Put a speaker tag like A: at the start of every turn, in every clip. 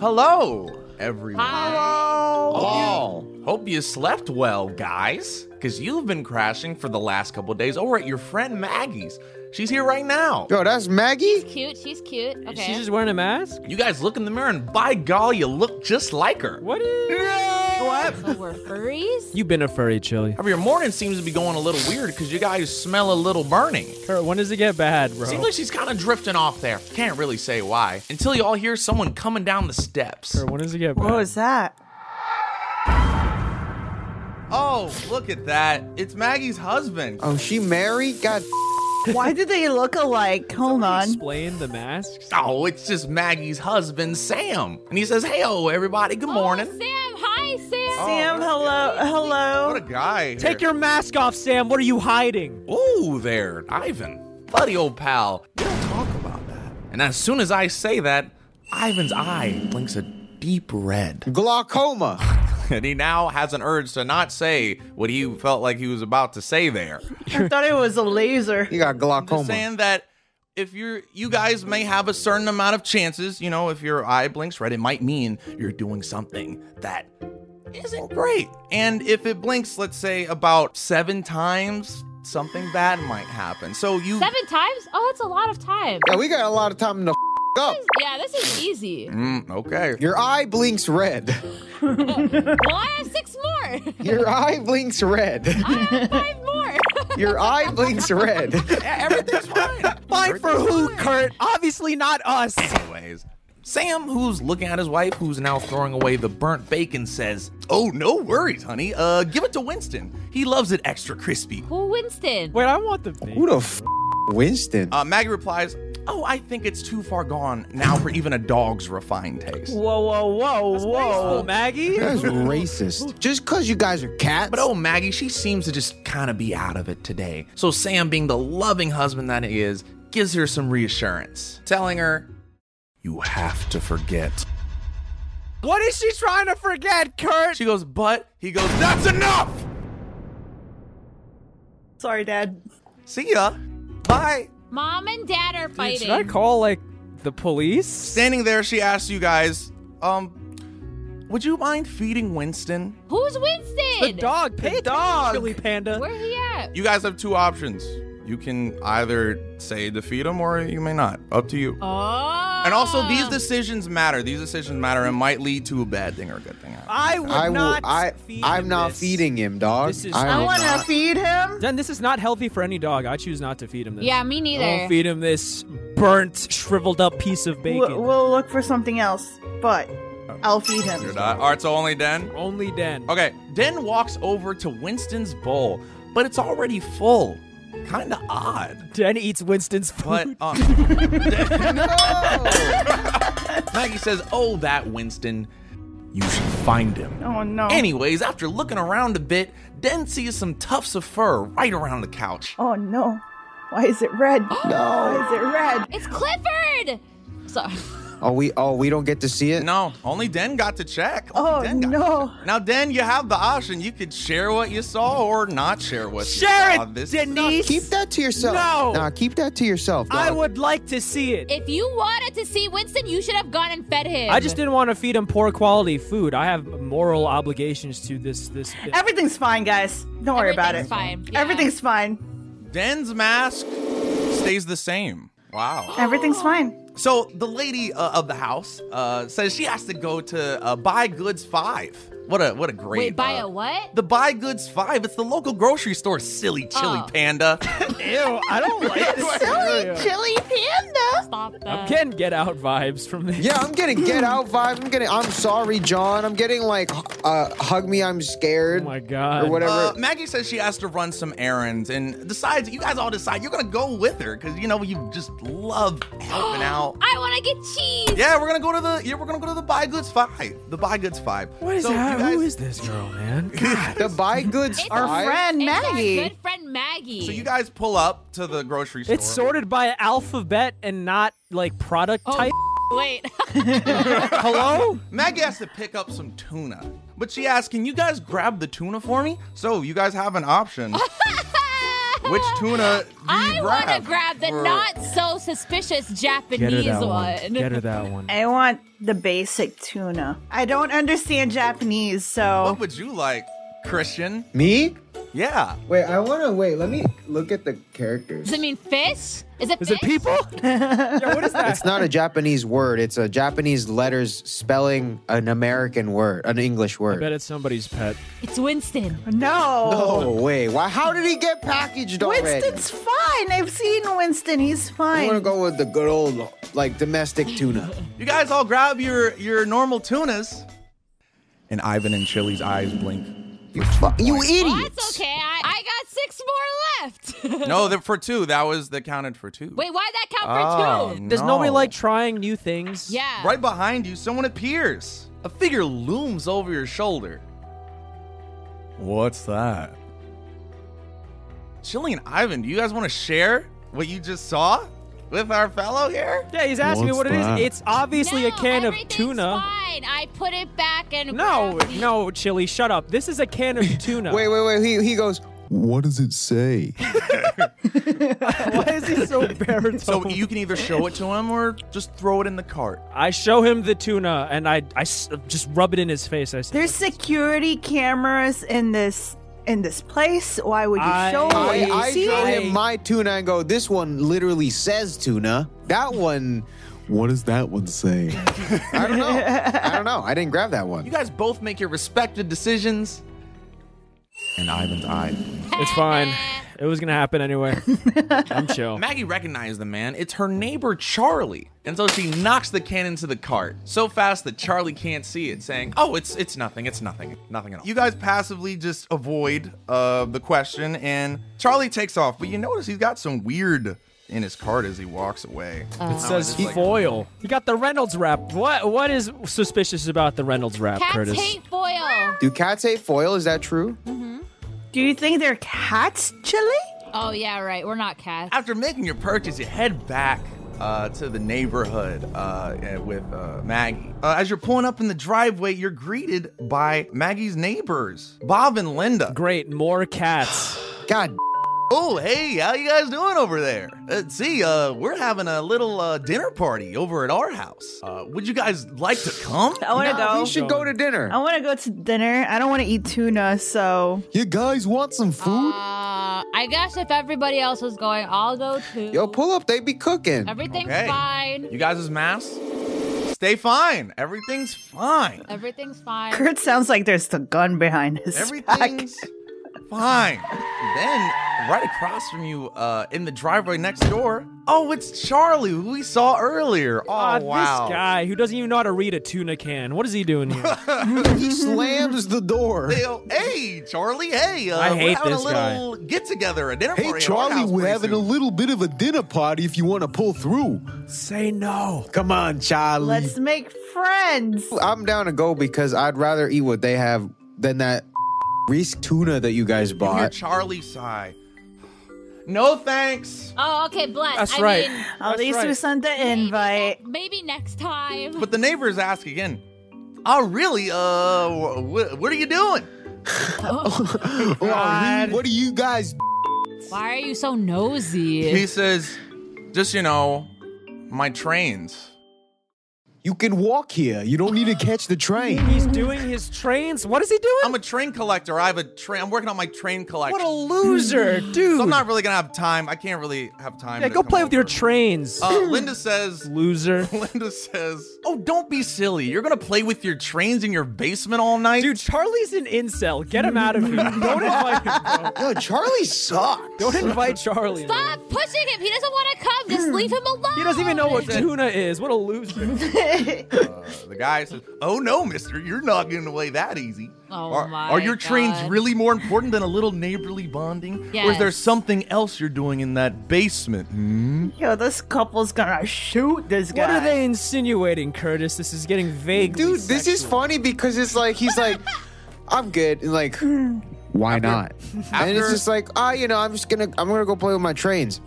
A: Hello.
B: Everyone.
A: Hello.
B: Hello.
A: Hope you slept well, guys, because you've been crashing for the last couple days over at your friend Maggie's. She's here right now.
B: Yo, that's Maggie?
C: Cute, she's cute. Okay.
D: She's just wearing a mask?
A: You guys look in the mirror, and by golly, you look just like her.
D: What is.
A: What?
C: so we're furries?
D: You've been a furry, Chili.
A: However, your morning seems to be going a little weird because you guys smell a little burning.
D: Kurt, when does it get bad, bro?
A: Seems like she's kind of drifting off there. Can't really say why. Until you all hear someone coming down the steps.
D: Kurt, when does it get bad?
E: What was that?
A: Oh, look at that. It's Maggie's husband.
B: Oh, she married? God.
E: Why did they look alike? Hold on.
D: Explain the masks.
A: Oh, it's just Maggie's husband, Sam. And he says, Hey, oh, everybody, good morning.
C: Oh, Sam. Hi, Sam.
E: Sam, hello, hello.
A: What a guy.
D: Take your mask off, Sam. What are you hiding?
A: Ooh, there, Ivan. Buddy, old pal. We don't talk about that. And as soon as I say that, Ivan's eye blinks a deep red.
B: Glaucoma.
A: and he now has an urge to not say what he felt like he was about to say there.
E: I thought it was a laser.
B: You got glaucoma.
A: Saying that if you're you guys may have a certain amount of chances, you know, if your eye blinks red, it might mean you're doing something that isn't great. And if it blinks, let's say about seven times, something bad might happen. So you
C: Seven times? Oh, it's a lot of time.
B: Yeah, we got a lot of time to f- up.
C: Yeah, this is easy.
A: Mm, okay.
B: Your eye blinks red.
C: Well, I have six more.
B: Your eye blinks red.
C: I have five more.
B: Your eye blinks red.
A: Everything's fine.
D: Fine for who, Kurt? Obviously not us.
A: Anyways, Sam, who's looking at his wife, who's now throwing away the burnt bacon, says, "Oh, no worries, honey. Uh, give it to Winston. He loves it extra crispy."
C: Who Winston?
D: Wait, I want the thing.
B: Who the f- Winston?
A: Uh, Maggie replies, "Oh, I think it's too far gone now for even a dog's refined taste."
E: Whoa, whoa, whoa, whoa.
D: Maggie?
B: That's racist. Just because you guys are cats.
A: But oh, Maggie, she seems to just kind of be out of it today. So Sam, being the loving husband that he is, gives her some reassurance, telling her, "You have to forget."
D: What is she trying to forget, Kurt?
A: She goes, "But," he goes, "That's enough."
E: Sorry, Dad.
A: See ya. Bye.
C: Mom and Dad are
D: Dude,
C: fighting.
D: should I call, like, the police?
A: Standing there, she asks you guys, um, would you mind feeding Winston?
C: Who's Winston?
D: the dog. Pay the dog. Chili Panda.
C: Where he at?
A: You guys have two options. You can either say to feed him or you may not. Up to you.
C: Oh.
A: And also, these decisions matter. These decisions matter and might lead to a bad thing or a good thing.
D: I would
B: I will.
D: not
B: I.
D: feed
B: I'm
D: him
B: not
D: this.
B: feeding him, dog.
D: This is-
B: I
E: I
B: will
E: want to
B: not.
E: feed him.
D: Then this is not healthy for any dog. I choose not to feed him this.
C: Yeah, me
D: I
C: neither.
D: won't feed him this burnt, shriveled up piece of bacon.
E: We'll, we'll look for something else, but I'll feed
A: You're
E: him.
A: not. All right, so only Den.
D: Only Den.
A: Okay, Den walks over to Winston's bowl, but it's already full. Kind of odd.
D: Den eats Winston's food.
A: But um, Maggie says, "Oh, that Winston. You should find him."
E: Oh no.
A: Anyways, after looking around a bit, Den sees some tufts of fur right around the couch.
E: Oh no. Why is it red? no. Why is it red?
C: It's Clifford. Sorry.
B: Oh, we. Oh, we don't get to see it.
A: No, only Den got to check. Only
E: Oh
A: Den got to
E: no.
A: check. Now, Den, you have the option. You could share what you saw or not share what you
D: Share
A: saw.
D: it,
A: This-
D: Denise.
B: Keep that to yourself.
D: No.
B: Nah, keep that to yourself.
D: I
B: dog.
D: would like to see it.
C: If you wanted to see Winston, you should have gone and fed him.
D: I just didn't want to feed him poor quality food. I have moral obligations to this. This. this.
E: Everything's fine, guys. Don't worry about it.
C: Everything's fine. Yeah.
E: Everything's fine.
A: Den's mask stays the same. Wow.
E: Everything's fine.
A: So the lady uh, of the house uh, says she has to go to uh, Buy Goods Five. What a what a great
C: Wait, buy
A: uh,
C: a what?
A: The Buy Goods Five. It's the local grocery store. Silly chili
C: Oh.
A: panda.
D: Ew, I don't like this. scenario.
E: chili panda.
C: Stop that.
D: I'm getting get out vibes from this.
B: Yeah, I'm getting get out vibe. I'm getting I'm sorry, John. I'm getting like uh, hug me, I'm scared.
D: Oh my god.
B: Or whatever.
A: Uh, Maggie says she has to run some errands and decides you guys all decide you're gonna go with her because you know you just love helping out.
C: I want to get cheese.
A: Yeah, we're gonna go to the yeah we're gonna go to the Buy Goods Five. The Buy Goods Five.
D: What is
A: So you
D: that?
A: guys-
D: Who is this girl, man?
B: the buy goods
C: It's
B: are
C: our
B: friends.
E: Friend
C: It's our
E: Maggie.
C: good friend Maggie.
A: So you guys pull up to the grocery store.
D: It's sorted by alphabet and not like product
C: Oh,
D: type.
C: Wait.
D: Hello?
A: Maggie has to pick up some tuna,
D: Uh-huh.
A: but she asks, "Can you guys grab the tuna for me?" So you guys have an option. Which tuna do you
C: I
A: grab?
C: want to grab the
A: for-
C: not so suspicious
D: Get her
C: Japanese
D: that
C: one.
D: one. Get her that one.
E: I want the basic tuna. I don't understand Japanese, so
A: What would you like, Christian?
B: Me?
A: Yeah.
B: Wait, I want to wait. Let me look at the characters.
C: Does it mean fish? Is it
D: Is
C: fish?
D: it people? yeah, what is that?
B: It's not a Japanese word. It's a Japanese letters spelling an American word, an English
D: I bet
B: word.
D: it's somebody's pet.
C: It's Winston.
E: no.
B: Oh wait, why? How did he get packaged already?
E: Winston's fine. I've seen Winston. He's
B: I want to
E: fine.
B: go with the good old like domestic tuna.
A: You guys all grab your your normal tunas. And Ivan and Chili's eyes blink.
B: you idiots!
C: Oh, That's okay. I, I got six more left.
A: No, that for two. That was that counted for two. Oh,
C: Wait, why'd that count for two?
D: Does nobody like trying new things?
C: Yeah.
A: Ah, Right behind you, someone appears. A figure looms over your shoulder. What's that? Chili and Ivan, do you guys want to share what you just saw with our fellow here?
D: Yeah, he's asking me
B: What's
D: what
B: that?
D: it is. It's obviously a
C: No,
D: can of
C: everything's
D: tuna.
C: Fine. I put it back and
D: No,
C: grabbed the-
D: no, Chili, shut up. This is a can of tuna.
B: Wait, wait, wait. He he goes. What does it say?
D: why is he so baritone?
A: So you can either show it to him or just throw it in the cart.
D: I show him the tuna and I, I s- just rub it in his face. I say,
E: There's security cameras in this in this place. Why would you
D: I-
E: show what
B: I,
E: you
B: I
E: see?
B: show him
D: Hey.
B: my tuna and go. This one literally says tuna. That one. What does that one say? I don't know. I don't know. I didn't grab that
A: You
B: one.
A: guys both make your respective decisions. And Ivan's eye.
D: it's fine. It was gonna happen anyway. I'm chill.
A: Maggie recognized the man. It's her neighbor Charlie. And so she knocks the can into the cart so fast that Charlie can't see it, saying, "Oh, it's it's nothing. It's nothing. Nothing at all." You guys passively just avoid uh, the question, and Charlie takes off. But you notice he's got some weird in his cart as he walks away.
D: It says foil. You got the Reynolds wrap. What what is suspicious about the Reynolds wrap,
C: Cats
D: Curtis?
C: hate foil.
B: Do cats hate foil? Is that true?
E: Do you think they're cats, Chili?
C: Oh yeah, right. We're not cats.
A: After making your purchase, you head back uh, to the neighborhood uh, eh, with uh, Maggie. Uh, as you're pulling up in the driveway, you're greeted by Maggie's neighbors, Bob and Linda.
D: Great, more cats.
B: God.
A: Oh, hey, how you guys doing over there? Uh, see, uh, we're having a little uh, dinner party over at our house. Uh, would you guys like to come?
E: I want to
B: nah,
E: go.
B: We should go to dinner.
E: I want to go to dinner. I don't want to eat tuna, so
B: You guys want some food?
C: Uh, I guess if everybody else was going, I'll go too.
B: Uh, Yo, pull up. They be cooking.
C: Everything's
A: Okay.
C: fine.
A: You guys' masks? Stay fine. Everything's fine.
C: Everything's fine.
E: Kurt sounds like there's the gun behind his back.
A: Everything's fine. Then, right across from you, uh, in the driveway next door, oh, it's Charlie, who we saw earlier. Oh,
D: Ah,
A: wow.
D: This guy who doesn't even know how to read a tuna can. What is he doing here?
B: he slams the door.
A: Hey, oh, Hey, Charlie. Hey, uh,
D: I
A: we're
D: hate
A: having
D: this
A: a little get together, a dinner party. at our house pretty soon.
B: little bit of a dinner party if you want to pull through.
D: Say no.
B: Come on, Charlie.
E: Let's make friends.
B: I'm down to go because I'd rather eat what they have than that Reese tuna that you guys
A: You hear
B: bought.
A: Charlie sigh. No thanks.
C: Oh, okay, bless.
D: That's
C: I
D: right.
C: mean,
E: At least
D: right.
E: we sent the invite.
C: maybe next time.
A: But the neighbors ask again. Oh, really? Uh, wh- wh- what are you doing?
D: God.
B: what do you guys?
C: Why are you so nosy?
A: He says, just you know, my trains.
B: You can walk here. You don't need to catch the train.
D: He's doing his trains. What is he doing?
A: I'm a train collector. I have a train. I'm working on my train collection.
D: what a loser, dude.
A: so I'm not really gonna have time. I can't really have time.
D: yeah,
A: to
D: go
A: come
D: play with your
A: over.
D: trains.
A: Uh, Linda says.
D: loser.
A: Linda says, "Oh, don't be silly. You're gonna play with your trains in your basement all night,
D: Dude, Charlie's an incel. Get him out of here. Don't invite him, bro.
B: Yo, Charlie sucks.
D: Don't invite Charlie. man.
C: Stop pushing him. He doesn't want to come. Just leave him alone.
D: He doesn't even know what tuna is. What a loser.
A: The guy says, "Oh no, Mister, you're not getting away that easy.
C: Oh,
A: are,
C: my
A: are your trains
C: God.
A: really more important than a little neighborly bonding, or is there
C: Yes.
A: something else you're doing in that basement?" Hmm?
E: Yo, this couple's gonna shoot this guy.
D: What are they insinuating, Curtis? This is getting vague.
B: Dude, this is funny because it's like he's like, I'm good. And like, why not? and
A: after-
B: it's just like, ah, you know, I'm just gonna, I'm gonna go play with my trains.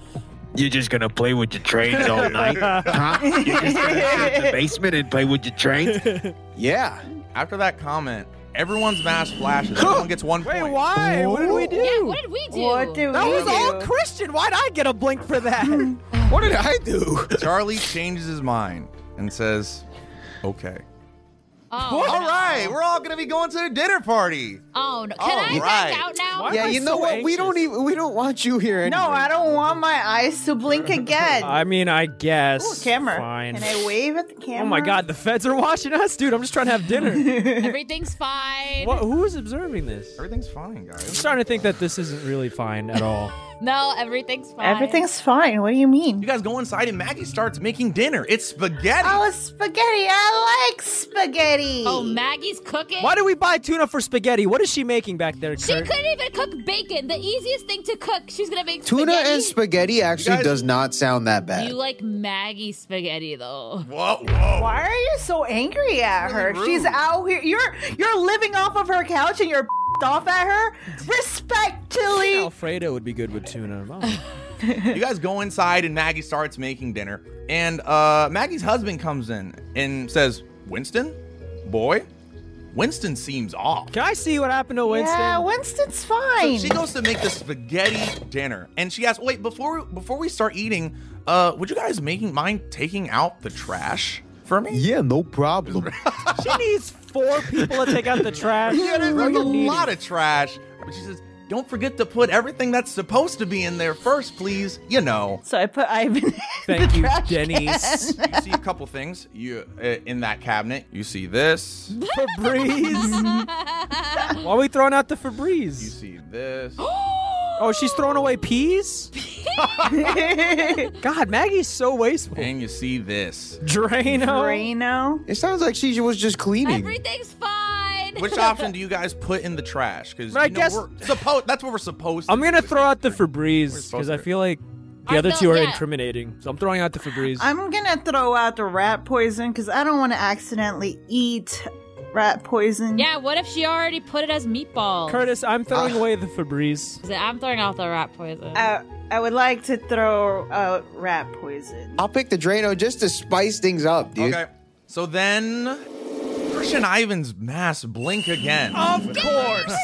F: You're just gonna play with your trains all night, huh? You're just gonna sit in the basement and play with your trains.
B: Yeah.
A: After that comment, Everyone's mask flashes. Everyone gets one
D: Wait,
A: point.
D: why? What did we do?
C: Yeah, what did we do?
E: What do
D: Oh. that
E: we
D: was
E: do?
D: all Christian. Why'd I get a blink for that?
B: What did I do?
A: Charlie changes his mind and says, "Okay."
C: oh,
A: All
C: no.
A: right, we're all gonna be going to the dinner party.
C: Oh, no. Can
A: All right.
C: I back out now?
D: Why-
B: yeah,
D: am I
B: you know
D: so
B: what? We
D: anxious?
B: don't even we don't want you here anymore.
E: No, I don't want my eyes to blink again.
D: I mean, I guess.
E: Ooh, camera.
D: Fine.
E: Can I wave at the camera?
D: Oh my God, the feds are watching us, dude. I'm just trying to have dinner.
C: Everything's fine.
D: what, who is observing this? I'm
A: Everything's fine, guys.
D: starting to think that this isn't really fine at all.
C: No, everything's fine.
E: Everything's fine. What do you mean?
A: You guys go inside and Maggie starts making dinner. It's spaghetti.
E: Oh, it's spaghetti. I like spaghetti.
C: Oh, Maggie's cooking.
D: Why did we buy tuna for spaghetti? What is she making back there,
C: She
D: Kurt?
C: couldn't even cook bacon. The easiest thing to cook. She's gonna make
B: Tuna
C: spaghetti.
B: and spaghetti actually
A: guys-
B: does not sound that bad.
C: You like Maggie spaghetti though.
A: Whoa, whoa.
E: Why are you so angry at her?
A: really
E: She's
A: rude.
E: out here. You're you're living off of her couch and you're off at her. Respectfully.
D: Alfredo would be good with tuna. Oh.
A: You guys go inside and Maggie starts making dinner. And uh, Maggie's husband comes in and says, Winston? Boy? Winston seems off.
D: Can I see what happened to Winston?
E: Yeah, Winston's
A: So
E: fine.
A: she goes to make the spaghetti dinner. And she asks, wait, before before we start eating, uh, would you guys making mind taking out the trash for me?
B: yeah, no problem.
D: she needs four people to take out the trash.
A: Yeah, there's
D: What
A: like
D: do
A: a
D: you need?
A: lot of trash. But she says, don't forget to put everything that's supposed to be in there first, please. You know.
E: so I put Ivan. in
D: Thank
E: the
D: you,
E: trash
D: Denise.
A: You see a couple things you uh, in that cabinet. You see this.
D: Febreze. Why are we throwing out the
A: You
D: Febreze?
A: see this.
D: Oh, she's throwing away peas? God, Maggie's so wasteful.
A: and you see this.
D: Drano.
E: Reno.
B: it sounds like she was just cleaning.
C: Everything's fine.
A: Which option do you guys put in the trash? Because
D: But I guess-
A: we're supposed that's what we're supposed.
D: I'm
A: to
D: gonna
A: do.
D: throw out the
A: We're
D: Febreze
A: supposed
D: because I
A: to.
D: feel like the
C: Are
D: other
C: those-
D: two are
C: yeah.
D: incriminating. So I'm throwing out the Febreze.
E: I'm gonna throw out the rat poison because I don't want to accidentally eat rat poison.
C: yeah, what if she already put it as meatballs?
D: Curtis, I'm
E: Ah.
D: throwing away the Febreze.
C: I'm throwing out the rat poison.
E: I, I would like to throw out rat poison.
B: I'll pick the Drano just to spice things up, dude.
A: Okay. So then, Christian Ivan's mask blink again.
D: Of course.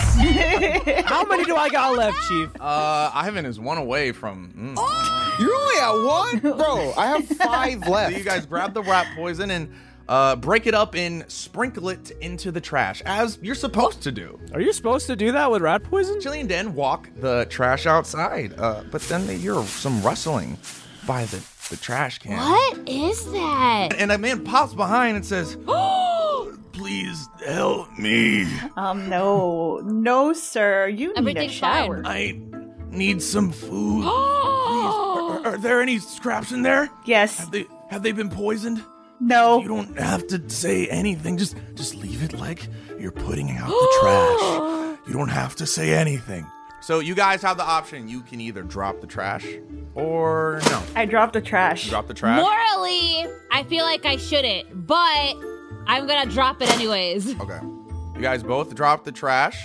D: How many do I got left, Chief?
A: Uh, Ivan is one away from. mm.
D: Oh.
B: You're only at one, bro. I have five
A: So
B: left.
A: you guys grab the rat poison and uh, break it up and sprinkle it into the trash as you're supposed to do.
D: Are you supposed to do that with rat poison?
A: Chili and Dan walk the trash outside, uh, but then they hear some rustling by the, the trash can.
C: what is that?
A: And a man pops behind and says,
C: Oh!
A: Please help me.
E: Um, no, no, sir. You need a
C: Everything's
E: shower.
A: I need some food.
C: Oh,
A: Are there any scraps in there?
E: Yes.
A: they have they been poisoned?
E: No.
A: don't have to say anything. Just just leave it like you're putting out the trash. You don't have to say anything. So you guys have the option. You can either drop the trash or no.
E: I dropped the trash.
A: Drop the trash.
C: morally, I feel like I shouldn't, but I'm gonna drop it anyways.
A: Okay. You guys both drop the trash.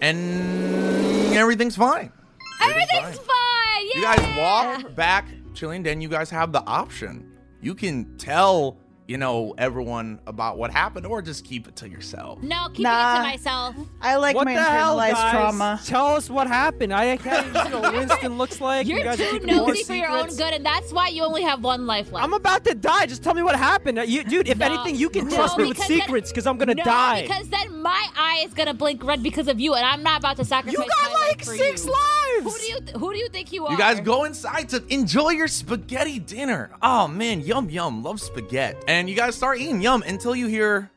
A: And everything's fine.
C: Everything's fine. Yeah.
A: You guys walk back, chilling, then you guys have the option. You can tell, you know, everyone about what happened, or just keep it to yourself.
C: No, keeping it
E: Nah.
C: to myself.
E: I like
D: what
E: my
D: the hell,
E: internalized
D: guys?
E: trauma.
D: Tell us what happened. I can't even see what Winston looks like. you
C: You're
D: guys are
C: too
D: keeping more
C: nosy for your own
D: secrets.
C: good, and that's why you only have one life left.
D: I'm about to die. Just tell me what happened. Uh, You, dude, if
C: No.
D: anything, you can
C: No,
D: trust me with
C: because then-
D: secrets because I'm going to
C: no,
D: die.
C: because then my eye is gonna blink red because of you, and I'm not about to sacrifice.
D: you
C: my
D: got
C: life
D: like
C: for
D: six
C: you.
D: lives.
C: Who do you th- who do you think you are?
A: You guys go inside to enjoy your spaghetti dinner. Oh man, yum yum, love spaghetti. And you guys start eating yum until you hear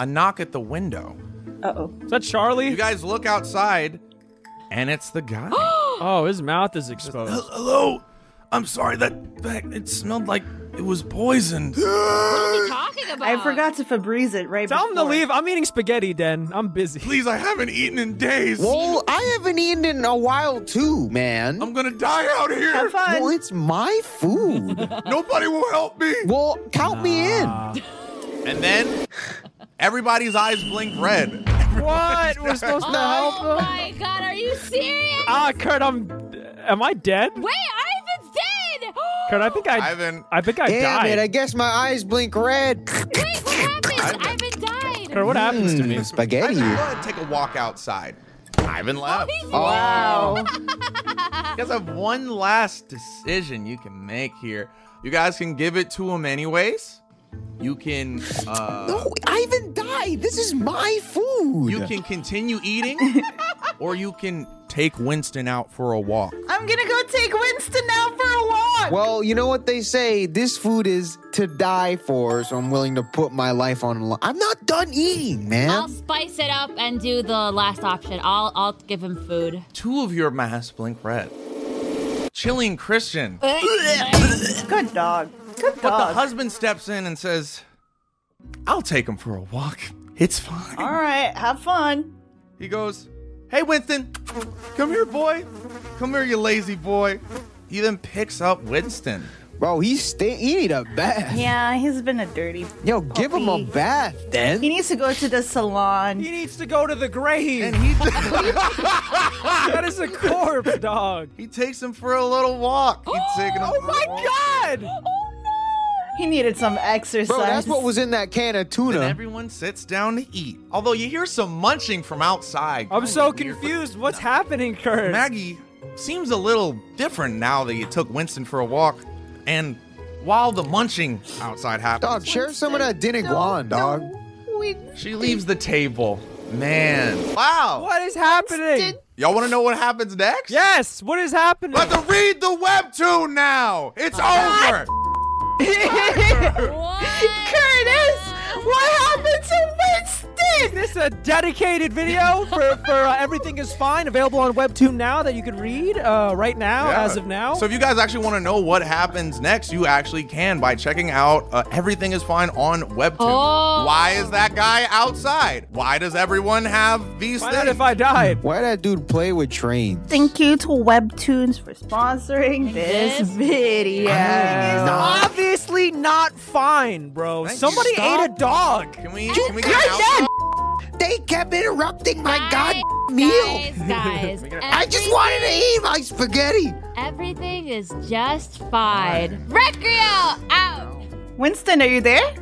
A: a knock at the window.
E: Uh oh.
D: Is that Charlie?
A: You guys look outside, and it's the guy.
D: oh, his mouth is exposed.
A: Hello. I'm sorry that, that it smelled like it was poisoned.
C: What are you talking about?
E: I forgot to Febreze it right
D: Tell him to
E: before.
D: leave. I'm eating spaghetti, Den. I'm busy.
A: Please, I haven't eaten in days.
B: Well, I haven't eaten in a while too, man.
A: I'm gonna die out here.
E: Have fun.
B: well, it's my food.
A: Nobody will help me.
B: well, count me in.
A: And then everybody's eyes blink red.
D: What? We're supposed to help
C: Oh
D: him?
C: my god, are you serious?
D: Ah, Kurt, I'm. Am I dead?
C: Wait, Ivan's dead.
D: Kurt, I think I.
A: Ivan,
D: I think I
B: Damn
D: died.
B: it! I guess my eyes blink red.
C: Wait, what happened?
A: Ivan-
C: Ivan died.
D: Oscar, what happens to me?
B: Mm, spaghetti.
A: Ivan, go ahead and take a walk outside. Ivan left. You
E: Wow.
A: guys have one last decision you can make here. You guys can give it to him anyways. You can uh,
B: No, Ivan died. This is my food.
A: you can continue eating, or you can take Winston out for a walk.
E: I'm gonna go take Winston out for a walk.
B: Well, you know what they say. This food is to die for, so I'm willing to put my life on. li- I'm not done eating,
C: I'll
B: man.
C: spice it up and do the last option. I'll I'll give him food.
A: Two of your masks blink red. Chilling Christian.
E: Good dog. Good
A: But the
E: dog.
A: husband steps in and says, I'll take him for a walk. It's fine.
E: All right, have fun.
A: He goes, Hey, Winston, come here, boy. Come here, you lazy boy. He then picks up Winston.
B: Bro, he's sta- he need a bath.
E: Yeah, he's been a dirty.
B: Yo, give him a
E: Puppy.
B: bath,
E: He
B: then.
E: needs to go to the salon.
D: He needs to go to the grave.
A: And he,
D: that is a corpse, dog.
A: he takes him for a little walk.
E: Oh
A: He's taking him for a walk.
D: God!
E: He needed some exercise.
B: Bro, that's what was in that can of tuna.
A: And everyone sits down to eat. Although you hear some munching from outside.
D: I'm so
A: Kinda weird, but
D: confused. What's happening, Kurt?
A: Maggie seems a little different now that you took Winston for a walk. And while the munching outside happens,
B: dog, share some of that dinner guan, dog.
A: She leaves the table. Man. Wow.
D: what is happening?
A: Y'all want to know what happens next?
D: Yes, what is happening?
A: About to read the webtoon now. It's over.
C: What?
E: Curtis, what happened to Winston?
D: Is this a dedicated video for, for uh, Everything is Fine, available on Webtoon now that you can read uh, right now,
A: Yeah.
D: as of now?
A: So if you guys actually want to know what happens next, you actually can by checking out uh, Everything is Fine on Webtoon.
C: Oh.
A: Why is that guy outside? Why does everyone have these
D: Find out
A: things?
D: if I died.
B: Why that dude play with trains?
E: Thank you to Webtoons for sponsoring
C: This
E: this video.
D: Obviously not fine, bro.
A: Thank you.
D: Somebody
A: Stop.
D: ate a dog.
A: can we, can we get
B: you're
A: an outro?
B: dead. They kept interrupting my god
C: Guys,
B: meal.
C: Guys, guys.
B: I just wanted to eat my spaghetti.
C: Everything is just fine. Recreo out.
E: Winston, are you there?